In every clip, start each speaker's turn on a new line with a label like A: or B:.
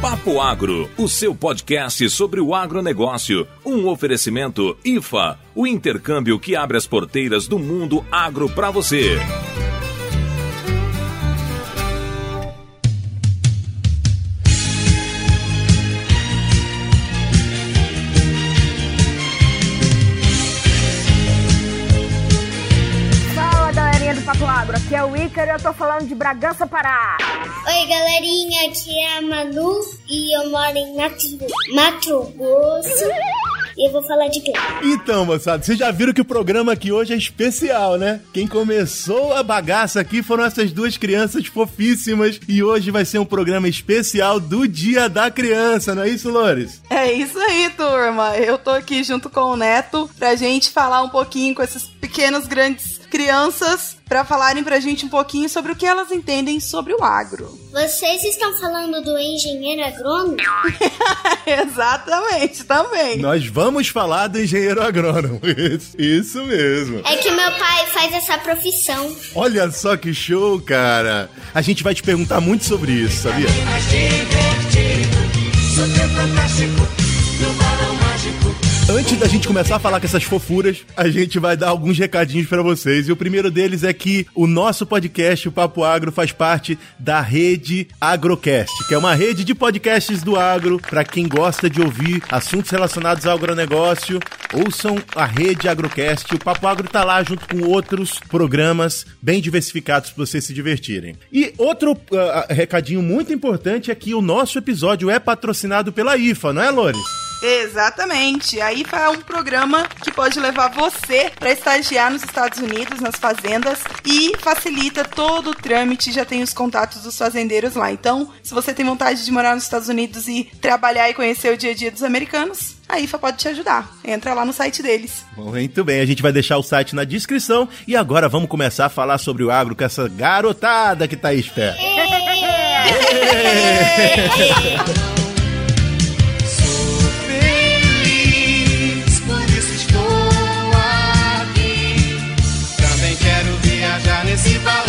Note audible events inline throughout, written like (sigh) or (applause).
A: Papo Agro, o seu podcast sobre o agronegócio. Um oferecimento IFA, o intercâmbio que abre as porteiras do mundo agro para você.
B: Fala galerinha do Papo Agro, aqui é o Ícaro e eu tô falando de Bragança Pará.
C: Oi, galerinha, aqui é a Manu e eu moro em Mato, Mato Grosso. E eu vou falar de clima.
D: Então, moçada, vocês já viram que o programa aqui hoje é especial, né? Quem começou a bagaça aqui foram essas duas crianças fofíssimas e hoje vai ser um programa especial do Dia da Criança, não é isso, Lores?
E: É isso aí, turma. Eu tô aqui junto com o Neto pra gente falar um pouquinho com essas pequenas grandes crianças pra falarem pra gente um pouquinho sobre o que elas entendem sobre o agro. (laughs)
C: Vocês estão falando do engenheiro agrônomo?
E: Exatamente, também.
D: Nós vamos falar do engenheiro agrônomo. (laughs) Isso, isso mesmo.
C: É que meu pai faz essa profissão.
D: Olha só que show, cara. A gente vai te perguntar muito sobre isso, sabia?
F: mais divertido, super fantástico, no balão mágico.
D: Antes da gente começar a falar com essas fofuras, a gente vai dar alguns recadinhos pra vocês. E o primeiro deles é que o nosso podcast, o Papo Agro, faz parte da rede Agrocast, que é uma rede de podcasts do agro pra quem gosta de ouvir assuntos relacionados ao agronegócio. Ouçam a rede Agrocast. O Papo Agro tá lá junto com outros programas bem diversificados pra vocês se divertirem. E outro ah, ah, recadinho muito importante é que o nosso episódio é patrocinado pela IFA, não é, Lores?
E: Exatamente. A IFA é um programa que pode levar você para estagiar nos Estados Unidos, nas fazendas, e facilita todo o trâmite, já tem os contatos dos fazendeiros lá. Então, se você tem vontade de morar nos Estados Unidos e trabalhar e conhecer o dia a dia dos americanos, a IFA pode te ajudar. Entra lá no site deles.
D: Muito bem, a gente vai deixar o site na descrição e agora vamos começar a falar sobre o agro com essa garotada que tá aí esperta.
F: Sou feliz, por isso estou aqui. Também quero viajar nesse balão.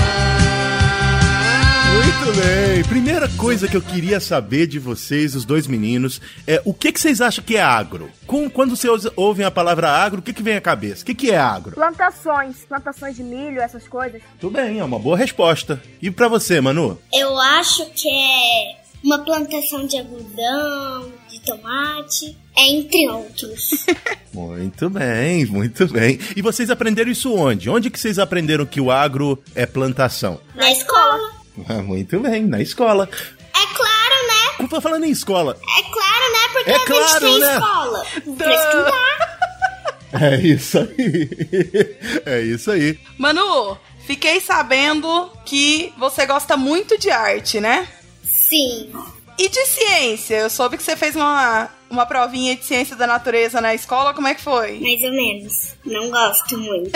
D: Muito bem. Primeira coisa que eu queria saber de vocês, os dois meninos, é o que, que vocês acham que é agro? Com- quando vocês ouvem a palavra agro, o que, que vem à cabeça? O que, que é agro?
B: Plantações, plantações de milho, essas coisas.
D: Tudo bem, é uma boa resposta. E pra você, Manu?
C: Eu acho que é uma plantação de algodão, de tomate, é entre
D: (laughs)
C: outros.
D: Muito bem, muito bem. E vocês aprenderam isso onde? Onde que vocês aprenderam que o agro é plantação?
C: Na escola.
D: Ah, Muito bem, na escola.
C: É claro, né?
D: Tô falando em escola.
C: É claro, né? Porque
D: É
C: a gente
D: claro,
C: tem
D: né?
C: escola. Pra estudar.
D: É isso aí. É isso aí.
E: Manu, fiquei sabendo que você gosta muito de arte, né?
C: Sim.
E: E de ciência? Eu soube que você fez uma, uma provinha de ciência da natureza na escola, como é que foi?
C: Mais ou menos. Não gosto
E: (laughs)
C: muito.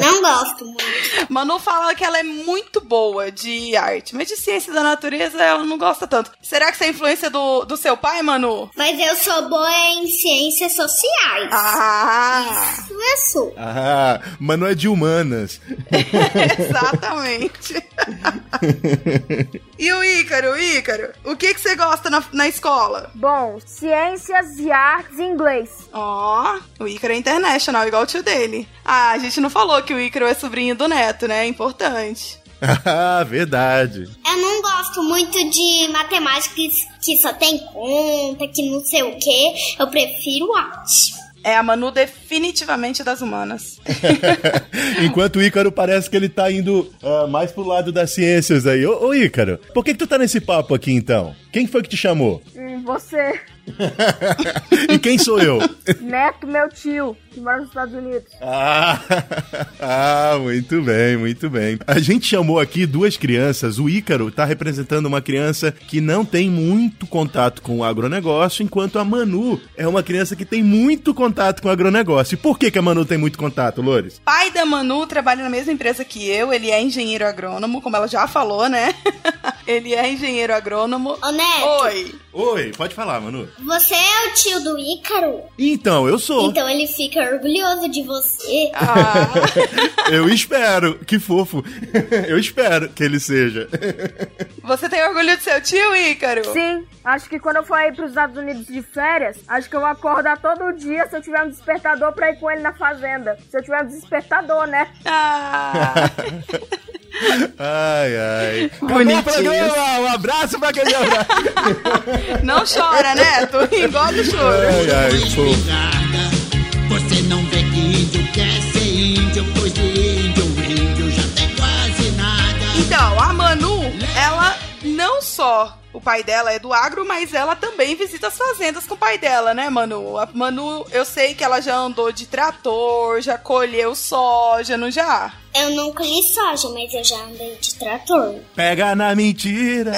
C: não gosto muito.
E: Manu fala que ela é muito boa de arte, mas de ciência da natureza ela não gosta tanto. Será que isso é influência do, do seu pai, Manu?
C: Mas eu sou boa em ciências sociais.
E: Ah, (laughs)
C: Isso é eu sou.
D: Ah, mas não é de humanas.
E: exatamente. e o Ícaro, Ícaro, o que, que você gosta na, na escola?
B: Bom, ciências e artes em inglês.
E: Ó, o Ícaro é international, igual o tio dele. Ah, a gente não falou que o Ícaro é sobrinho do Neto, né? É importante.
D: Ah, verdade.
C: Eu não gosto muito de matemática que- que só tem conta, que não sei o quê. Eu prefiro arte.
E: É, a Manu definitivamente das humanas.
D: Enquanto o Ícaro parece que ele tá indo ah, mais pro lado das ciências aí. Ô, ô Ícaro, por que, que tu tá nesse papo aqui então? Quem foi que te chamou?
B: Hum, você,
D: E quem sou eu?
B: neto meu tio, que mora nos Estados Unidos.
D: Ah, (laughs) ah, muito bem, muito bem. A gente chamou aqui duas crianças. O Ícaro tá representando uma criança que não tem muito contato com o agronegócio, enquanto a Manu é uma criança que tem muito contato com o agronegócio. E por que, que a Manu tem muito contato, Lores?
E: pai da Manu trabalha na mesma empresa que eu, ele é engenheiro agrônomo, como ela já falou, né? (laughs) Ele é engenheiro agrônomo.
C: Ô, Neto.
E: Oi.
D: Oi, pode falar, Manu.
C: Você é o tio do Ícaro?
D: Então, eu sou.
C: Então ele fica orgulhoso de você.
E: Ah,
D: (laughs) Eu espero. Que fofo. (laughs) Eu espero que ele seja. (laughs)
E: você tem orgulho do seu tio, Ícaro?
B: Sim, acho que quando eu for aí pros Estados Unidos de férias, acho que eu vou acordar todo dia se eu tiver um despertador pra ir com ele na fazenda. Se eu tiver um despertador, né?
E: Ah.
D: Ai, ai. Acabou
E: Bonitinho.
D: o programa. Um abraço pra quem abraço.
E: Não chora, Neto. Engole o
D: (laughs)
E: choro.
D: Ai, ai, fofo.
G: espingarda. Você não vê que índio quer ser índio, pois de índio, índio já tem quase nada.
E: Então, a Manu, ela não só. O pai dela é do agro, mas ela também visita as fazendas com o pai dela, né, Manu? A Manu, eu sei que ela já andou de trator, já colheu soja, não já?
C: Eu não colhi soja, mas eu já andei de trator.
D: Pega na mentira.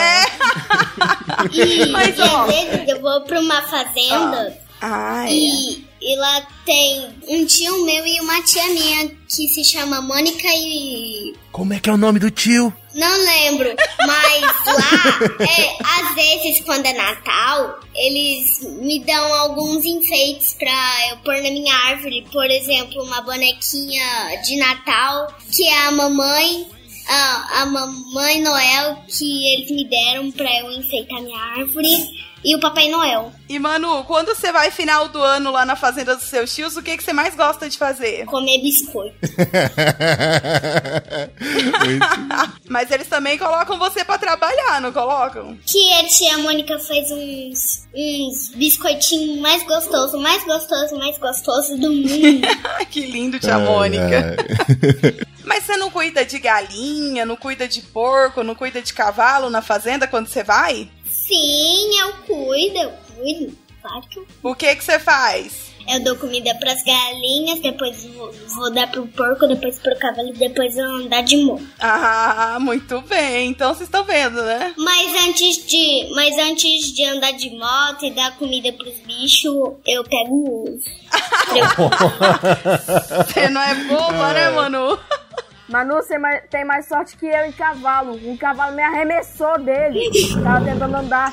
C: E,
E: Mas,
C: e
E: ó. Ah.
C: às vezes eu vou pra uma fazenda
E: Ai.
C: e, e lá tem um tio meu e uma tia minha que se chama Mônica e.
D: Como é que é o nome do (laughs) tio?
C: Não lembro, mas lá, é, às vezes quando é Natal, eles me dão alguns enfeites pra eu pôr na minha árvore. Por exemplo, uma bonequinha de Natal, que é a mamãe, a, a mamãe Noel, que eles me deram pra eu enfeitar minha árvore, e o Papai Noel.
E: E Manu, quando você vai final do ano lá na fazenda dos seus tios, o que, que você mais gosta de fazer? (laughs)
C: Comer biscoito.
E: Mas eles também colocam você pra trabalhar, não colocam?
C: Que a tia Mônica faz uns, uns biscoitinhos mais gostoso, mais gostoso, mais gostoso do mundo.
E: Ai, que lindo, tia Mônica.
D: é.
E: Mas você não cuida de galinha, não cuida de porco, não cuida de cavalo na fazenda quando você vai?
C: Sim, eu cuido, eu cuido. Claro que eu cuido.
E: O que que você faz? (laughs)
C: Eu dou comida pras galinhas, depois vou, vou dar pro porco, depois pro cavalo, depois eu andar de morro.
E: Ah, muito bem. Então vocês estão vendo, né?
C: Mas antes de, mas antes de andar de moto e dar comida pros bichos, eu pego o ovo. (laughs)
E: Você não (laughs) é boba, né, Manu?
B: Manu, você ma- tem mais sorte que eu em cavalo. Um cavalo me arremessou dele. Tava tentando andar.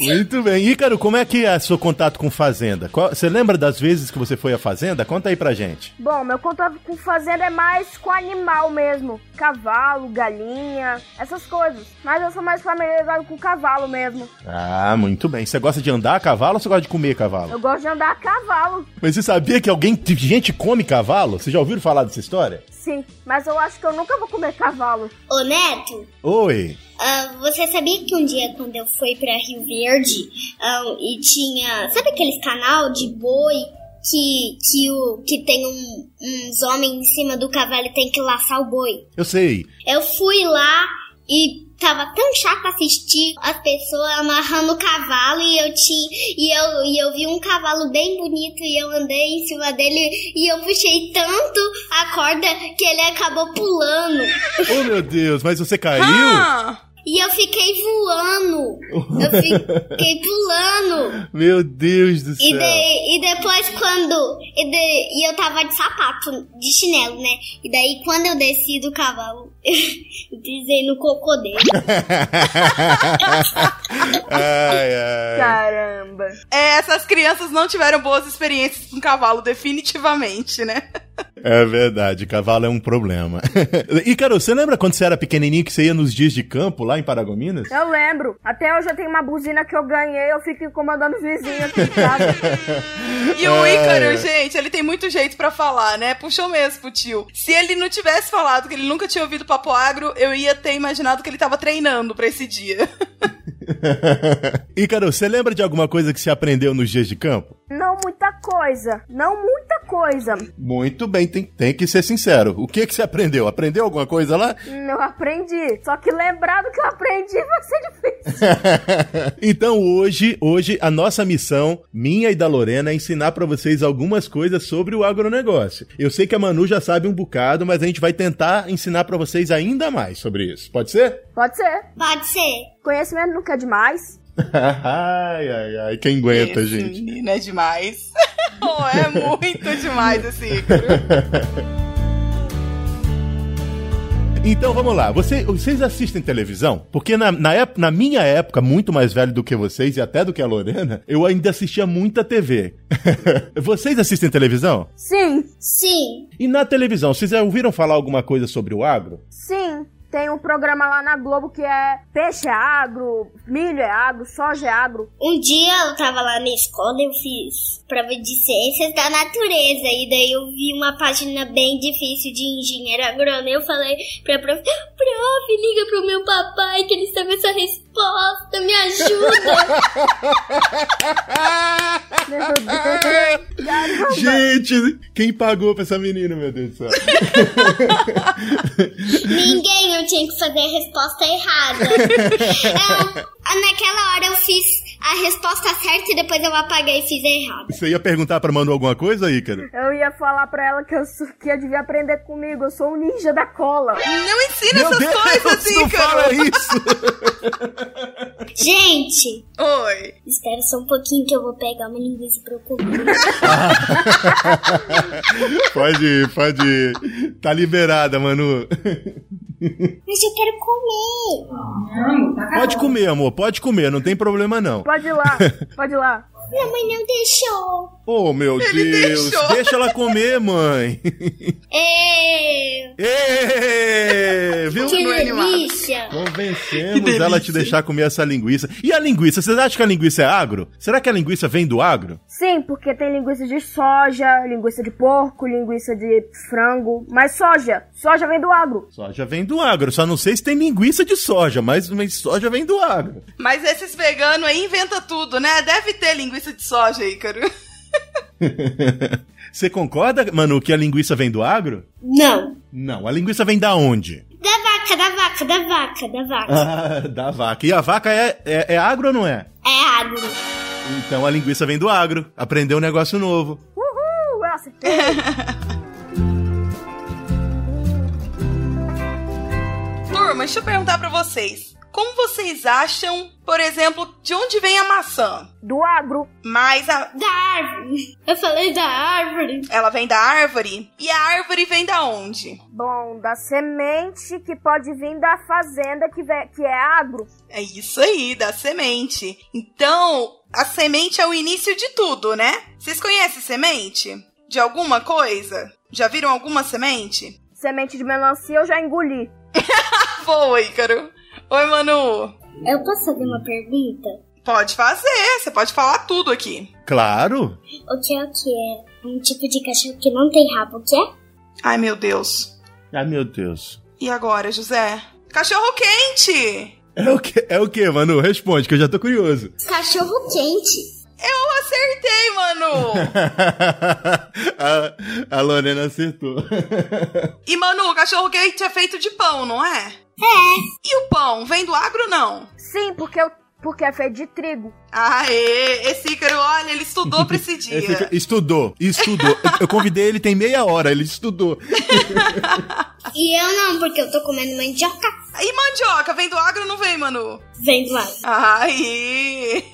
D: Muito bem. Ícaro, como é que é o seu contato com fazenda? Qual- Você lembra das vezes que você foi à fazenda? Conta aí pra gente.
B: Bom, meu contato com fazenda é mais com animal mesmo. Cavalo, galinha, essas coisas. Mas eu sou mais familiarizado com cavalo mesmo.
D: Ah, muito bem. Você gosta de andar a cavalo ou você gosta de comer cavalo?
B: Eu gosto de andar a cavalo,
D: Mas você sabia que alguém, que gente come cavalo? Vocês já ouviram falar dessa história?
B: sim. Mas eu acho que eu nunca vou comer cavalo.
C: Ô Neto,
D: Oi.
C: ah, você sabia que um dia quando eu fui pra Rio Verde ah, e tinha. Sabe aqueles canal de boi que, que, o, que tem um- uns homens em cima do cavalo e tem que laçar o boi?
D: Eu sei.
C: Eu fui lá e tava tão chato assistir as pessoas amarrando o cavalo e eu tinha e eu, e eu vi um cavalo bem bonito e eu andei em cima dele e eu puxei tanto a corda que ele acabou pulando
D: Oh, meu Deus, mas você caiu?
E: Ah,
C: e eu fiquei voando eu fiquei pulando
D: Meu Deus do
C: e,
D: céu.
C: de- e depois quando e, de- e eu tava de sapato de chinelo né e daí quando eu desci do cavalo (laughs) eu pisei no cocô dele
D: Ai, ai.
B: Caramba.
E: (laughs) é, essas crianças não tiveram boas experiências com cavalo, definitivamente, né?
D: É verdade, cavalo é um problema. (laughs) Ícaro, você lembra quando você era pequenininho que você ia nos dias de campo lá em (laughs) Paragominas?
B: Eu lembro. Até hoje eu tenho uma buzina que eu ganhei, eu fico incomodando os vizinhos aqui em casa.
E: E o
D: É.
E: Ícaro, gente, ele tem muito jeito pra falar, né? Puxou mesmo pro tio. Se ele não tivesse falado que ele nunca tinha ouvido Papo Agro, eu ia ter imaginado que ele tava treinando pra esse dia.
D: Ícaro, você lembra de alguma coisa que você aprendeu nos dias de campo?
B: Não muita coisa. Não muita coisa.
D: Muito bem, tem, tem que ser sincero. O que, que você aprendeu? Aprendeu alguma coisa lá?
B: Hum, Eu aprendi. Só que lembrar do que eu aprendi vai ser difícil.
D: (laughs) então hoje, hoje a nossa missão, minha e da Lorena, é ensinar pra vocês algumas coisas sobre o agronegócio. Eu sei que a Manu já sabe um bocado, mas a gente vai tentar ensinar pra vocês ainda mais sobre isso. Pode ser?
B: Pode ser.
C: Pode ser.
B: Conhecimento nunca é demais.
D: ai, ai, ai, quem aguenta,
E: esse
D: gente.
E: menino é demais. (laughs) oh, é muito demais esse Ícaro.
D: Então vamos lá. Você- vocês assistem televisão? Porque na, na ép- na minha época, muito mais velho do que vocês e até do que a Lorena, (laughs) eu ainda assistia muita TV. (laughs) vocês assistem televisão?
B: Sim,
C: Sim,
D: E na televisão, vocês já ouviram falar alguma coisa sobre o
E: (laughs)
D: agro?
B: sim. Tem um programa lá na Globo que é peixe é agro, milho é agro, soja é agro.
C: um dia eu tava lá na escola, eu fiz prova de ciências da natureza, e daí eu vi uma página bem difícil de engenheiro agrônomo, e eu falei pra prof, prof, liga pro meu papai que ele sabe essa resposta, me ajuda.
B: Meu Deus. Caramba.
D: Gente, quem pagou pra essa menina, meu Deus do céu?
C: Ninguém, eu tinha que fazer a resposta errada. Eu- naquela hora eu fiz a resposta certa e depois eu apaguei e fiz errado.
D: Você ia perguntar pra Manu alguma coisa, Ícaro?
B: Eu ia falar pra ela que, eu sou, que ela devia aprender comigo. Eu sou um ninja da cola.
E: Não ensina essas coisas,
D: não
E: Ícaro!
D: fala isso!
C: Gente,
E: Oi.
C: espera só um pouquinho que eu vou pegar uma linguiça pra eu comer.
D: pode ir, pode ir. Tá liberada, Manu.
C: Mas eu quero comer.
D: Pode comer, amor, pode comer, não tem problema não.
B: Pode ir lá, pode ir lá.
C: Minha mãe não deixou.
D: Oh, meu
E: Ele
D: Deus,
E: deixou.
D: deixa ela comer,
E: (laughs)
D: mãe.
C: É,
D: Ê, viu?
C: que
E: Continua animado.
C: delícia.
D: Convencemos ela a te deixar comer essa linguiça. E a linguiça, vocês acham que a linguiça é agro? Será que a linguiça vem do agro?
B: Sim, porque tem linguiça de soja, linguiça de porco, linguiça de frango. Mas soja, soja vem do agro.
D: Soja vem do agro, só não sei se tem linguiça de soja, mas, mas soja vem do agro. (laughs)
E: Mas esses veganos aí inventa tudo, né? Deve ter linguiça de soja, Ícaro.
D: Você concorda, Manu, que a linguiça vem do agro?
C: Não.
D: Não, a linguiça vem da onde?
C: Da vaca, da vaca, da vaca, da vaca.
D: Ah, da vaca. E a vaca é, é, é agro ou não é?
C: É agro.
D: Então a linguiça vem do agro. Aprendeu um negócio novo.
B: Uhul, eu acertei.
E: Turma, deixa eu perguntar pra vocês. Como vocês acham, por exemplo, de onde vem a maçã?
B: Do agro.
E: Mas a-
C: Da árvore. Eu falei da árvore.
E: ela vem da árvore? E a árvore vem da onde?
B: Bom, da semente que pode vir da fazenda que, ve- que é agro.
E: É isso aí, da semente. Então, a semente é o início de tudo, né? Vocês conhecem semente? De alguma coisa? Já viram alguma semente?
B: Semente de melancia eu já engoli.
E: Boa, Ícaro. Oi, Manu.
C: Eu posso fazer uma pergunta?
E: Pode fazer, você pode falar tudo aqui.
D: Claro.
C: O que é o que é? Um tipo de cachorro que não tem rabo, o que é?
E: Ai, meu Deus.
D: Ah, meu Deus.
E: E agora, José? Cachorro quente!
D: É o que, é o que, Manu? Responde, que eu já tô curioso. (laughs)
C: Cachorro quente.
E: Eu acertei, Manu!
D: (laughs) a, a Lorena acertou.
E: e, Manu, o cachorro quente é feito de pão, não é? É. E o pão, vem do agro, não?
B: Sim, porque, eu, porque é feito de trigo.
E: Aê, esse Ícaro, olha, ele estudou
D: (laughs)
E: pra esse dia.
D: Esse aqui- estudou, estudou. Eu, eu convidei ele tem meia hora, ele estudou.
C: E eu não, porque eu tô comendo mandioca.
E: E mandioca, vem do agro ou não vem, Manu?
C: Vem do ar.
E: Aí!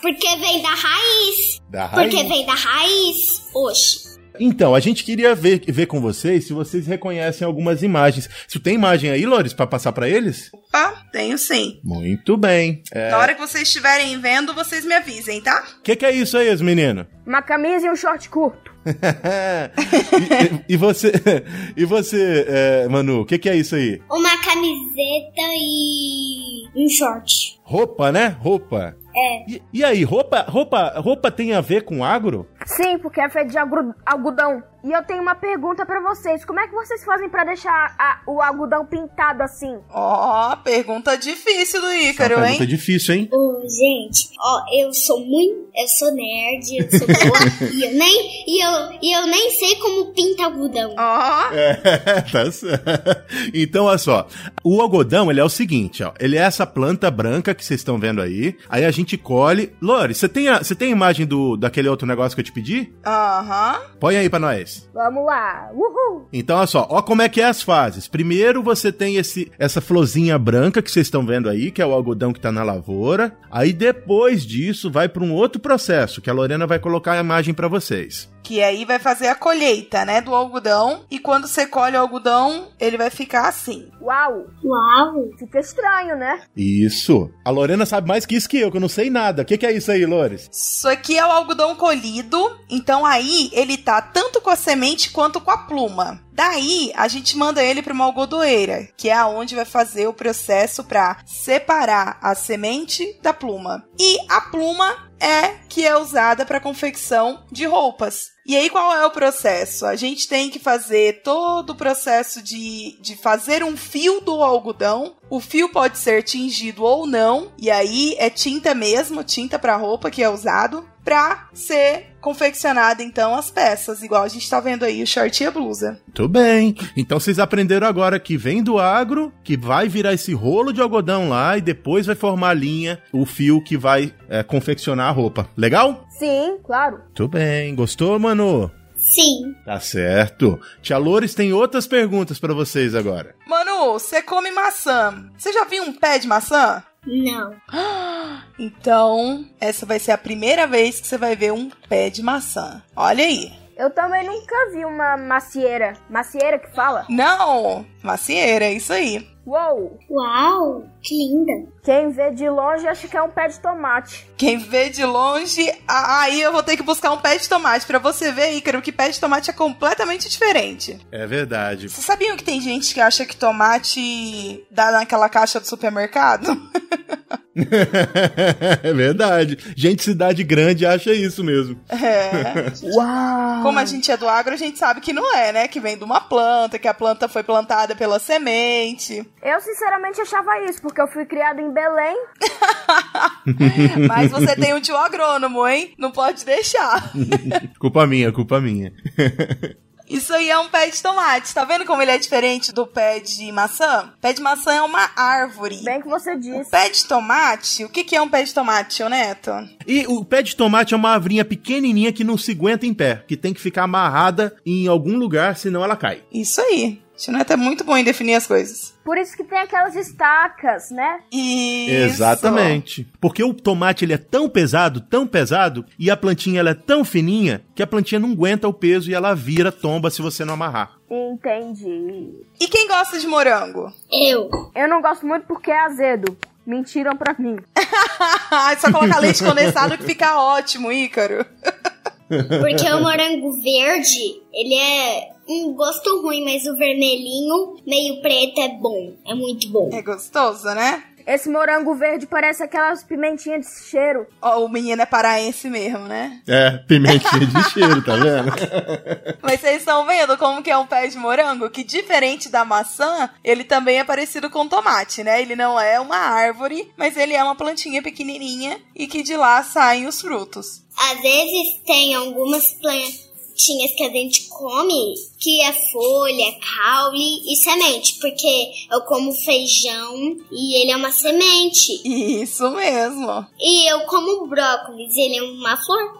C: Porque vem da raiz.
D: Da
C: Porque
D: raiz.
C: vem da raiz. Oxe.
D: Então, a gente queria ver, ver com vocês se vocês reconhecem algumas imagens. Se tem imagem aí, Lores, pra passar pra eles?
E: Opa, tenho sim.
D: Muito bem.
E: Na hora que vocês estiverem vendo, vocês me avisem, tá?
D: O que, que é isso aí, os menino?
B: Uma camisa e um short curto.
D: (laughs) e, e- e você, (laughs) e você, é, Manu, o que, que é isso aí?
C: Uma camiseta e um short.
D: Roupa, né? Roupa. É. E, e aí, roupa, roupa, roupa tem a ver com agro?
B: Sim, porque é feito de agru- algodão. E eu tenho uma pergunta pra vocês. Como é que vocês fazem pra deixar a- o algodão pintado assim?
E: Ó, pergunta difícil do
D: é
E: Ícaro,
D: uma
E: hein?
D: pergunta difícil, hein?
C: Ô, gente, ó, eu sou muito. Eu sou nerd, eu sou boa. e, eu (laughs) nem, e, eu, e eu nem sei como pinta algodão.
E: Ó,
D: É, (laughs) tá certo. Então, olha só. O algodão, ele é o seguinte, ó. Ele é essa planta branca que vocês estão vendo aí. Aí a gente colhe. Lore, você tem a, você tem a imagem do, daquele outro negócio que eu te despedir?
E: Aham.
D: Põe aí pra nós.
B: Vamos lá. Uhul.
D: Então, olha só, ó como é que é as fases. Primeiro você tem esse, essa florzinha branca que vocês estão vendo aí, que é o algodão que tá na lavoura. Aí depois disso vai pra um outro processo, que a Lorena vai colocar a imagem pra vocês.
E: Que aí vai fazer a colheita, né, do algodão. E quando você colhe o algodão, ele vai ficar assim.
B: Uau.
C: Uau!
B: Fica estranho, né?
D: Isso. A Lorena sabe mais que isso que eu, que eu não sei nada. O que, que é isso aí, Lores?
E: Isso aqui é o algodão colhido, então aí ele tá tanto com a semente quanto com a pluma. Daí a gente manda ele para uma algodoeira, que é aonde vai fazer o processo para separar a semente da pluma. E a pluma é que é usada para confecção de roupas. E aí qual é o processo? A gente tem que fazer todo o processo de, de fazer um fio do algodão. O fio pode ser tingido ou não, e aí é tinta mesmo, tinta para roupa que é usado para ser confeccionada então as peças, igual a gente tá vendo aí o short e a blusa.
D: Muito bem. Então vocês aprenderam agora que vem do agro, que vai virar esse rolo de algodão lá e depois vai formar a linha, o fio que vai é, confeccionar a roupa. Legal?
B: Sim, claro.
D: Muito bem. Gostou, Manu?
C: Sim.
D: Tá certo. Tia Lores tem outras perguntas pra vocês agora.
E: Manu, você come maçã. Você já viu um pé de maçã?
C: Não.
E: Então, essa vai ser a primeira vez que você vai ver um pé de maçã. Olha aí.
B: Eu também nunca vi uma macieira. Macieira que fala?
E: Não, macieira, é isso aí.
B: Uou!
C: Uau! Que linda!
B: Quem vê de longe acha que é um pé de tomate.
E: Quem vê de longe, a- aí eu vou ter que buscar um pé de tomate Pra você ver, Ícaro, que pé de tomate é completamente diferente.
D: É verdade. (laughs)
E: Vocês sabiam que tem gente que acha que tomate dá naquela caixa do supermercado? (laughs)
D: é verdade. Gente, de cidade grande acha isso mesmo.
E: É.
B: Uau!
E: Como a gente é do agro, a gente sabe que não é, né? Que vem de uma planta, que a planta foi plantada pela semente.
B: Eu sinceramente achava isso, porque eu fui criado em Belém.
E: Mas você tem um tio agrônomo, hein? Não pode deixar.
D: Culpa minha, culpa minha.
E: Isso aí é um pé de tomate. Tá vendo como ele é diferente do pé de maçã? Pé de maçã é uma árvore.
B: Bem que você
E: O
B: disse.
E: pé de tomate, o que, que é um pé de tomate, tio Neto?
D: E o pé de tomate é uma avrinha pequenininha que não se aguenta em pé, que tem que ficar amarrada em algum lugar, senão ela cai.
E: Isso aí. Tio Neto é muito bom em definir as coisas.
B: Por isso que tem aquelas estacas, né?
E: Isso.
D: Exatamente. Porque o tomate ele é tão pesado, tão pesado, e a plantinha ela é tão fininha que a plantinha não aguenta o peso e ela vira, tomba se você não amarrar.
B: Entendi.
E: E quem gosta de morango? (laughs)
C: Eu.
B: Eu não gosto muito porque é azedo. Mentiram pra mim.
E: é só colocar leite condensado que fica ótimo, Ícaro.
C: Porque o morango verde, ele é um gosto ruim, mas o vermelhinho, meio preto, é bom. É muito bom.
E: É gostoso, né?
B: Esse morango verde parece aquelas pimentinhas de cheiro.
E: Ó, o menino é paraense mesmo, né?
D: É, pimentinha de cheiro, tá (laughs) vendo?
E: Mas vocês estão vendo como que é um pé de morango? Que diferente da maçã, ele também é parecido com tomate, né? Ele não é uma árvore, mas ele é uma plantinha pequenininha e que de lá saem os frutos.
C: Às vezes tem algumas plantinhas que a gente come que é folha, caule e semente, porque eu como feijão e ele é uma semente.
E: Isso mesmo.
C: E eu como brócolis, ele é uma flor.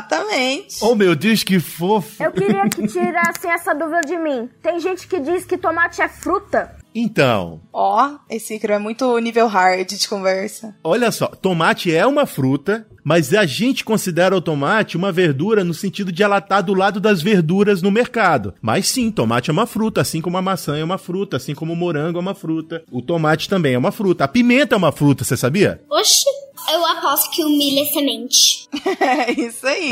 E: Exatamente.
D: Oh meu Deus, que
E: É
D: fofo!
B: Eu queria que tirassem essa dúvida de mim. Tem gente que diz que tomate é fruta.
D: Então,
E: Ó, esse Icaro é muito nível hard de conversa. (laughs)
D: olha só, tomate é uma fruta, mas a gente considera o tomate uma verdura no sentido de ela estar do lado das verduras no mercado. Mas sim, tomate é uma fruta, assim como a maçã é uma fruta, assim como o morango é uma fruta. O tomate também é uma fruta. A pimenta é uma fruta, você sabia?
C: Oxi, eu aposto que o milho é semente.
E: É isso aí.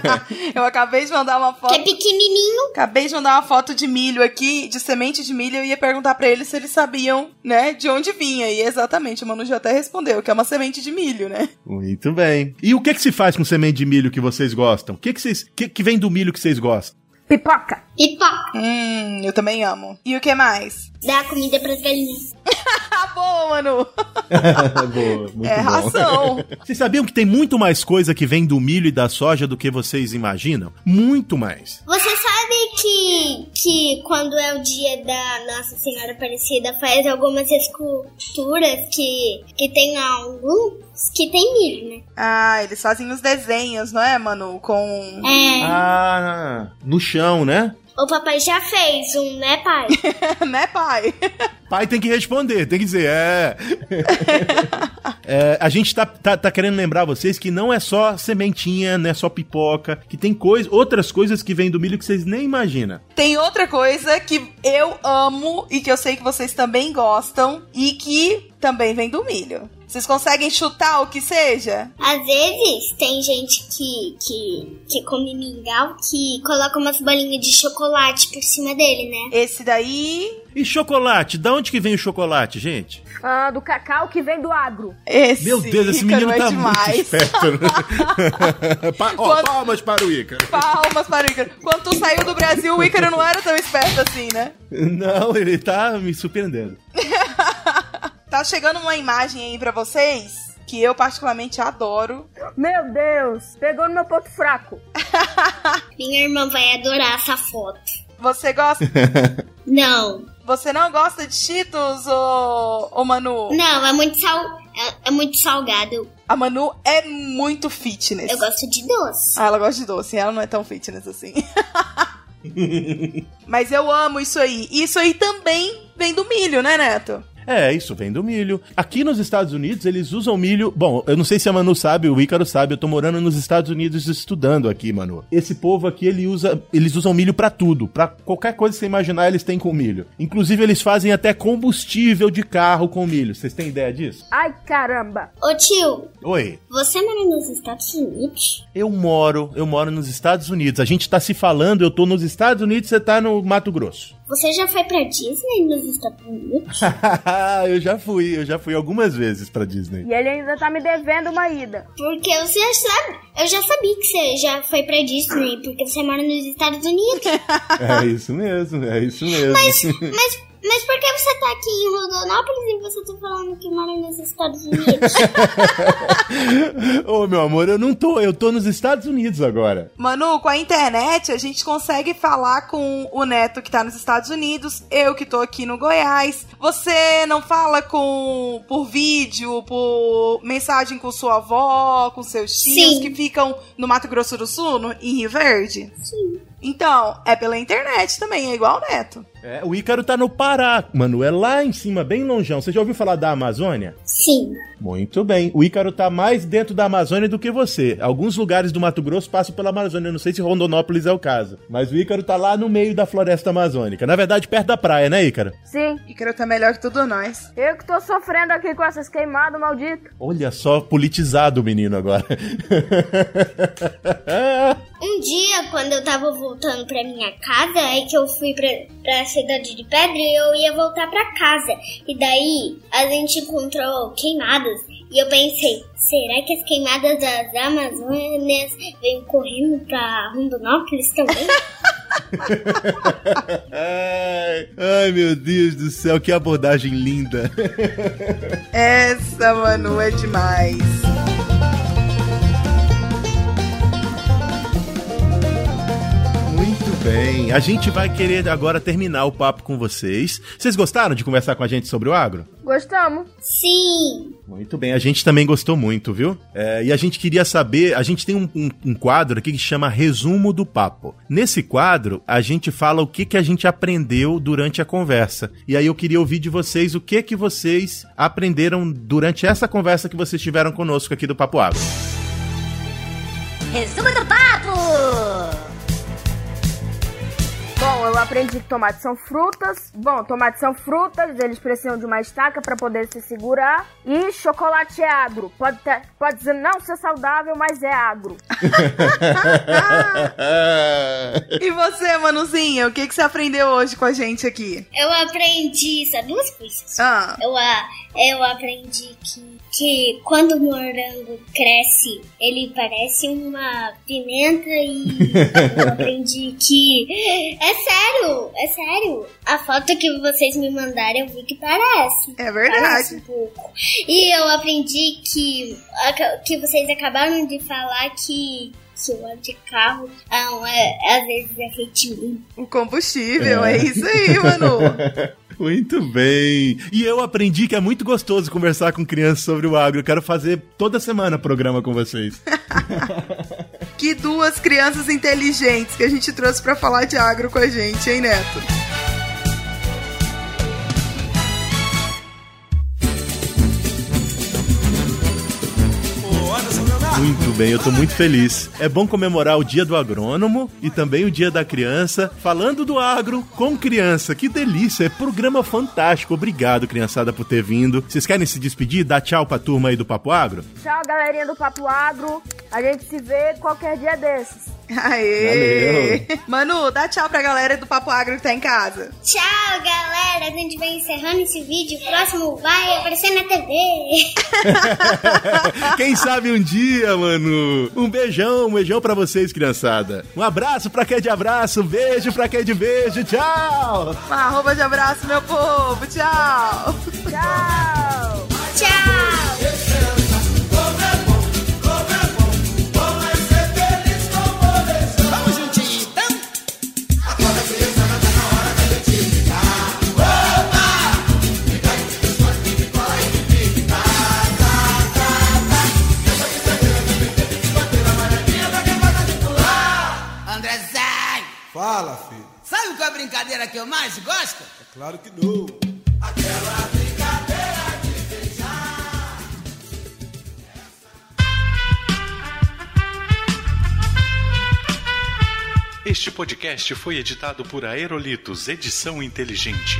E: (laughs) Eu acabei de mandar uma
C: Que é
E: foto.
C: pequenininho.
E: Acabei de mandar uma foto de milho aqui, de semente de milho, eu ia perguntar pra eles se eles sabiam, né, de onde vinha. E exatamente, o Manu já até respondeu, que é uma semente de milho, né?
D: Muito bem. E o que que se faz com semente de milho que vocês gostam? O que que vocês que, que vem do milho que vocês gostam?
B: Pipoca.
C: Pipoca.
E: Hum, eu também amo. E o que mais?
C: Dá comida pras galinhas.
E: Ah, boa, Manu!
D: (laughs) Boa, muito
E: é (laughs) ração.
D: Vocês sabiam que tem muito mais coisa que vem do milho e da soja do que vocês imaginam? Muito mais.
C: Você sabe que, que quando é o dia da Nossa Senhora Aparecida faz algumas esculturas que, que tem alguns que tem milho, né?
E: Ah, eles fazem os desenhos, não é, Manu? Com. (laughs)
C: É.
D: Ah, no chão, né?
C: O papai já fez um, né, pai?
E: né, pai?
D: Pai tem que responder, tem que dizer, é. (laughs) É, a gente tá, tá, tá querendo lembrar vocês que não é só sementinha, não é só pipoca, que tem coisa, outras coisas que vêm do milho que vocês nem imaginam.
E: Tem outra coisa que eu amo e que eu sei que vocês também gostam e que também vem do milho. Vocês conseguem chutar o que seja?
C: Às vezes tem gente que, que, que come mingau que coloca umas bolinhas de chocolate por cima dele, né?
E: Esse daí.
D: E chocolate? Da onde que vem o chocolate, gente?
B: Ah, do cacau que vem do agro.
E: Esse
D: Meu Deus, esse
E: Ícaro
D: menino
E: é
D: tá muito
E: demais.
D: esperto.
E: (laughs)
D: Né? Pa- ó,
E: Quando-
D: palmas para o Ícaro.
E: Palmas para o Ícaro. Quando tu saiu do Brasil, o Ícaro não era tão esperto assim, né?
D: (laughs) Não, ele tá me surpreendendo.
E: Tá chegando uma imagem aí pra vocês que eu particularmente adoro.
B: Meu Deus, pegou no meu ponto fraco.
C: Minha irmã vai adorar essa foto.
E: Você gosta?
D: (laughs)
C: Não,
E: Você não gosta de Cheetos, ô, ô Manu?
C: não, é muito, sal, é, é muito salgado. Eu-
E: A Manu é muito fitness.
C: Eu gosto de doce.
E: Ah, ela gosta de doce, ela não é tão fitness
D: (laughs)
E: assim. Mas eu amo isso aí. E Isso aí também vem do milho, né, Neto?
D: É, isso vem do milho. Aqui nos Estados Unidos, eles usam milho. Bom, eu não sei se a Manu sabe, o Ícaro sabe, eu tô morando nos Estados Unidos estudando aqui, Manu. Esse povo aqui, ele usa, eles usam milho pra tudo, Pra qualquer coisa que você imaginar, eles têm com milho. Inclusive, eles fazem até combustível de carro com milho. Vocês têm ideia disso?
B: Ai, caramba.
C: Ô tio,
D: Oi.
C: você mora nos Estados Unidos?
D: Eu moro, eu moro nos Estados Unidos. A gente tá se falando, eu tô nos Estados Unidos, você tá no Mato Grosso. (laughs)
C: Você já foi pra Disney nos Estados Unidos?
D: eu já fui, eu já fui algumas vezes pra Disney.
B: E ele ainda tá me devendo uma ida.
C: Porque você já sabe, eu já sabia que você já foi pra Disney, porque você mora nos Estados Unidos.
D: É isso mesmo, é isso mesmo.
C: (laughs) Mas, mas por que você tá aqui em Rondonópolis e você tá falando que mora nos Estados Unidos?
D: Ô, meu amor, eu não tô, eu tô nos Estados Unidos agora.
E: Manu, com a internet a gente consegue falar com o Neto que tá nos Estados Unidos, eu que tô aqui no Goiás. Você não fala com por vídeo, por mensagem com sua avó, com seus tios
C: Sim.
E: que ficam no Mato Grosso do Sul, no, em Rio Verde? Sim. Então, é pela internet também, é igual o Neto.
D: É, o Ícaro tá no Pará, mano, é lá em cima, bem longeão. Você já ouviu falar da Amazônia?
C: Sim.
D: Muito bem. O Ícaro tá mais dentro da Amazônia do que você. Alguns lugares do Mato Grosso passam pela Amazônia, eu não sei se Rondonópolis é o caso. Mas o Ícaro tá lá no meio da floresta amazônica. Na verdade, perto da praia, né, Ícaro?
B: Sim,
E: E quero tá melhor que todos nós.
B: eu que tô sofrendo aqui com essas queimadas malditas.
D: Olha só, politizado o menino agora. (laughs)
C: Um dia, quando eu tava voltando pra minha casa, é que eu fui pra, pra cidade de pedra e eu ia voltar pra casa. E daí a gente encontrou queimadas. E eu pensei, será que as queimadas das Amazônias vêm correndo pra Rondonópolis também?
D: ai, ai, meu Deus do céu, que abordagem linda.
E: Essa, Manu, é demais.
D: Muito bem, a gente vai querer agora terminar o papo com vocês. Vocês gostaram de conversar com a gente sobre o agro?
B: Gostamos?
C: Sim!
D: Muito bem, a gente também gostou muito, viu? É, e a gente queria saber, a gente tem um, um- um quadro aqui que chama Resumo do Papo. Nesse quadro, a gente fala o que, que a gente aprendeu durante a conversa. E aí eu queria ouvir de vocês o que que vocês aprenderam durante essa conversa que vocês tiveram conosco aqui do Papo Agro.
H: Resumo do papo!
B: Bom, eu aprendi que tomates são frutas. Bom, tomates são frutas, eles precisam de uma estaca pra poder se segurar. E chocolate é agro. Pode, ter- pode dizer não ser saudável, mas é agro.
E: E você, Manuzinha, o que, que você aprendeu hoje com a gente aqui?
C: Eu aprendi, sabe, duas coisas.
E: Ah,
C: Eu, a- eu aprendi que, que quando o morango cresce, ele parece uma pimenta e eu aprendi que. É sério, é sério. A foto que vocês me mandaram eu vi que parece.
E: é
C: Parece
E: verdade.
C: um pouco. E eu aprendi que, que vocês acabaram de falar que, que eu ando de carro, ah, é, às vezes é feitinho.
E: O combustível, é, isso aí, Manu.
D: Muito bem. E eu aprendi que é muito gostoso conversar com crianças sobre o agro. Eu quero fazer toda semana programa com vocês.
E: que duas crianças inteligentes que a gente trouxe para falar de agro com a gente, hein, Neto?
D: Muito bem, eu tô muito feliz. É bom comemorar o Dia do Agrônomo e também o Dia da Criança, falando do agro com criança. Que delícia, é programa fantástico. Obrigado, criançada, por ter vindo. Vocês querem se despedir? Dar tchau pra turma aí do Papo Agro? (laughs)
B: Tchau, galerinha do Papo Agro. A gente se vê qualquer dia desses.
E: Aê! Manu, dá tchau pra galera do Papo Agro que tá em casa.
C: Tchau, galera! A gente vai encerrando esse vídeo. O próximo vai aparecer na TV. (laughs)
D: Quem sabe um dia, mano. Um beijão, um beijão pra vocês, criançada. Um abraço pra quem é de abraço, beijo pra quem é de beijo. Tchau!
E: Uma Um arroba de abraço, meu povo. Tchau!
B: Tchau!
C: Tchau!
I: Andrezão!
J: Fala, filho.
I: Sabe qual é a brincadeira que eu mais gosto?
J: É claro que não.
K: Este podcast foi editado por Aerolitos Edição Inteligente.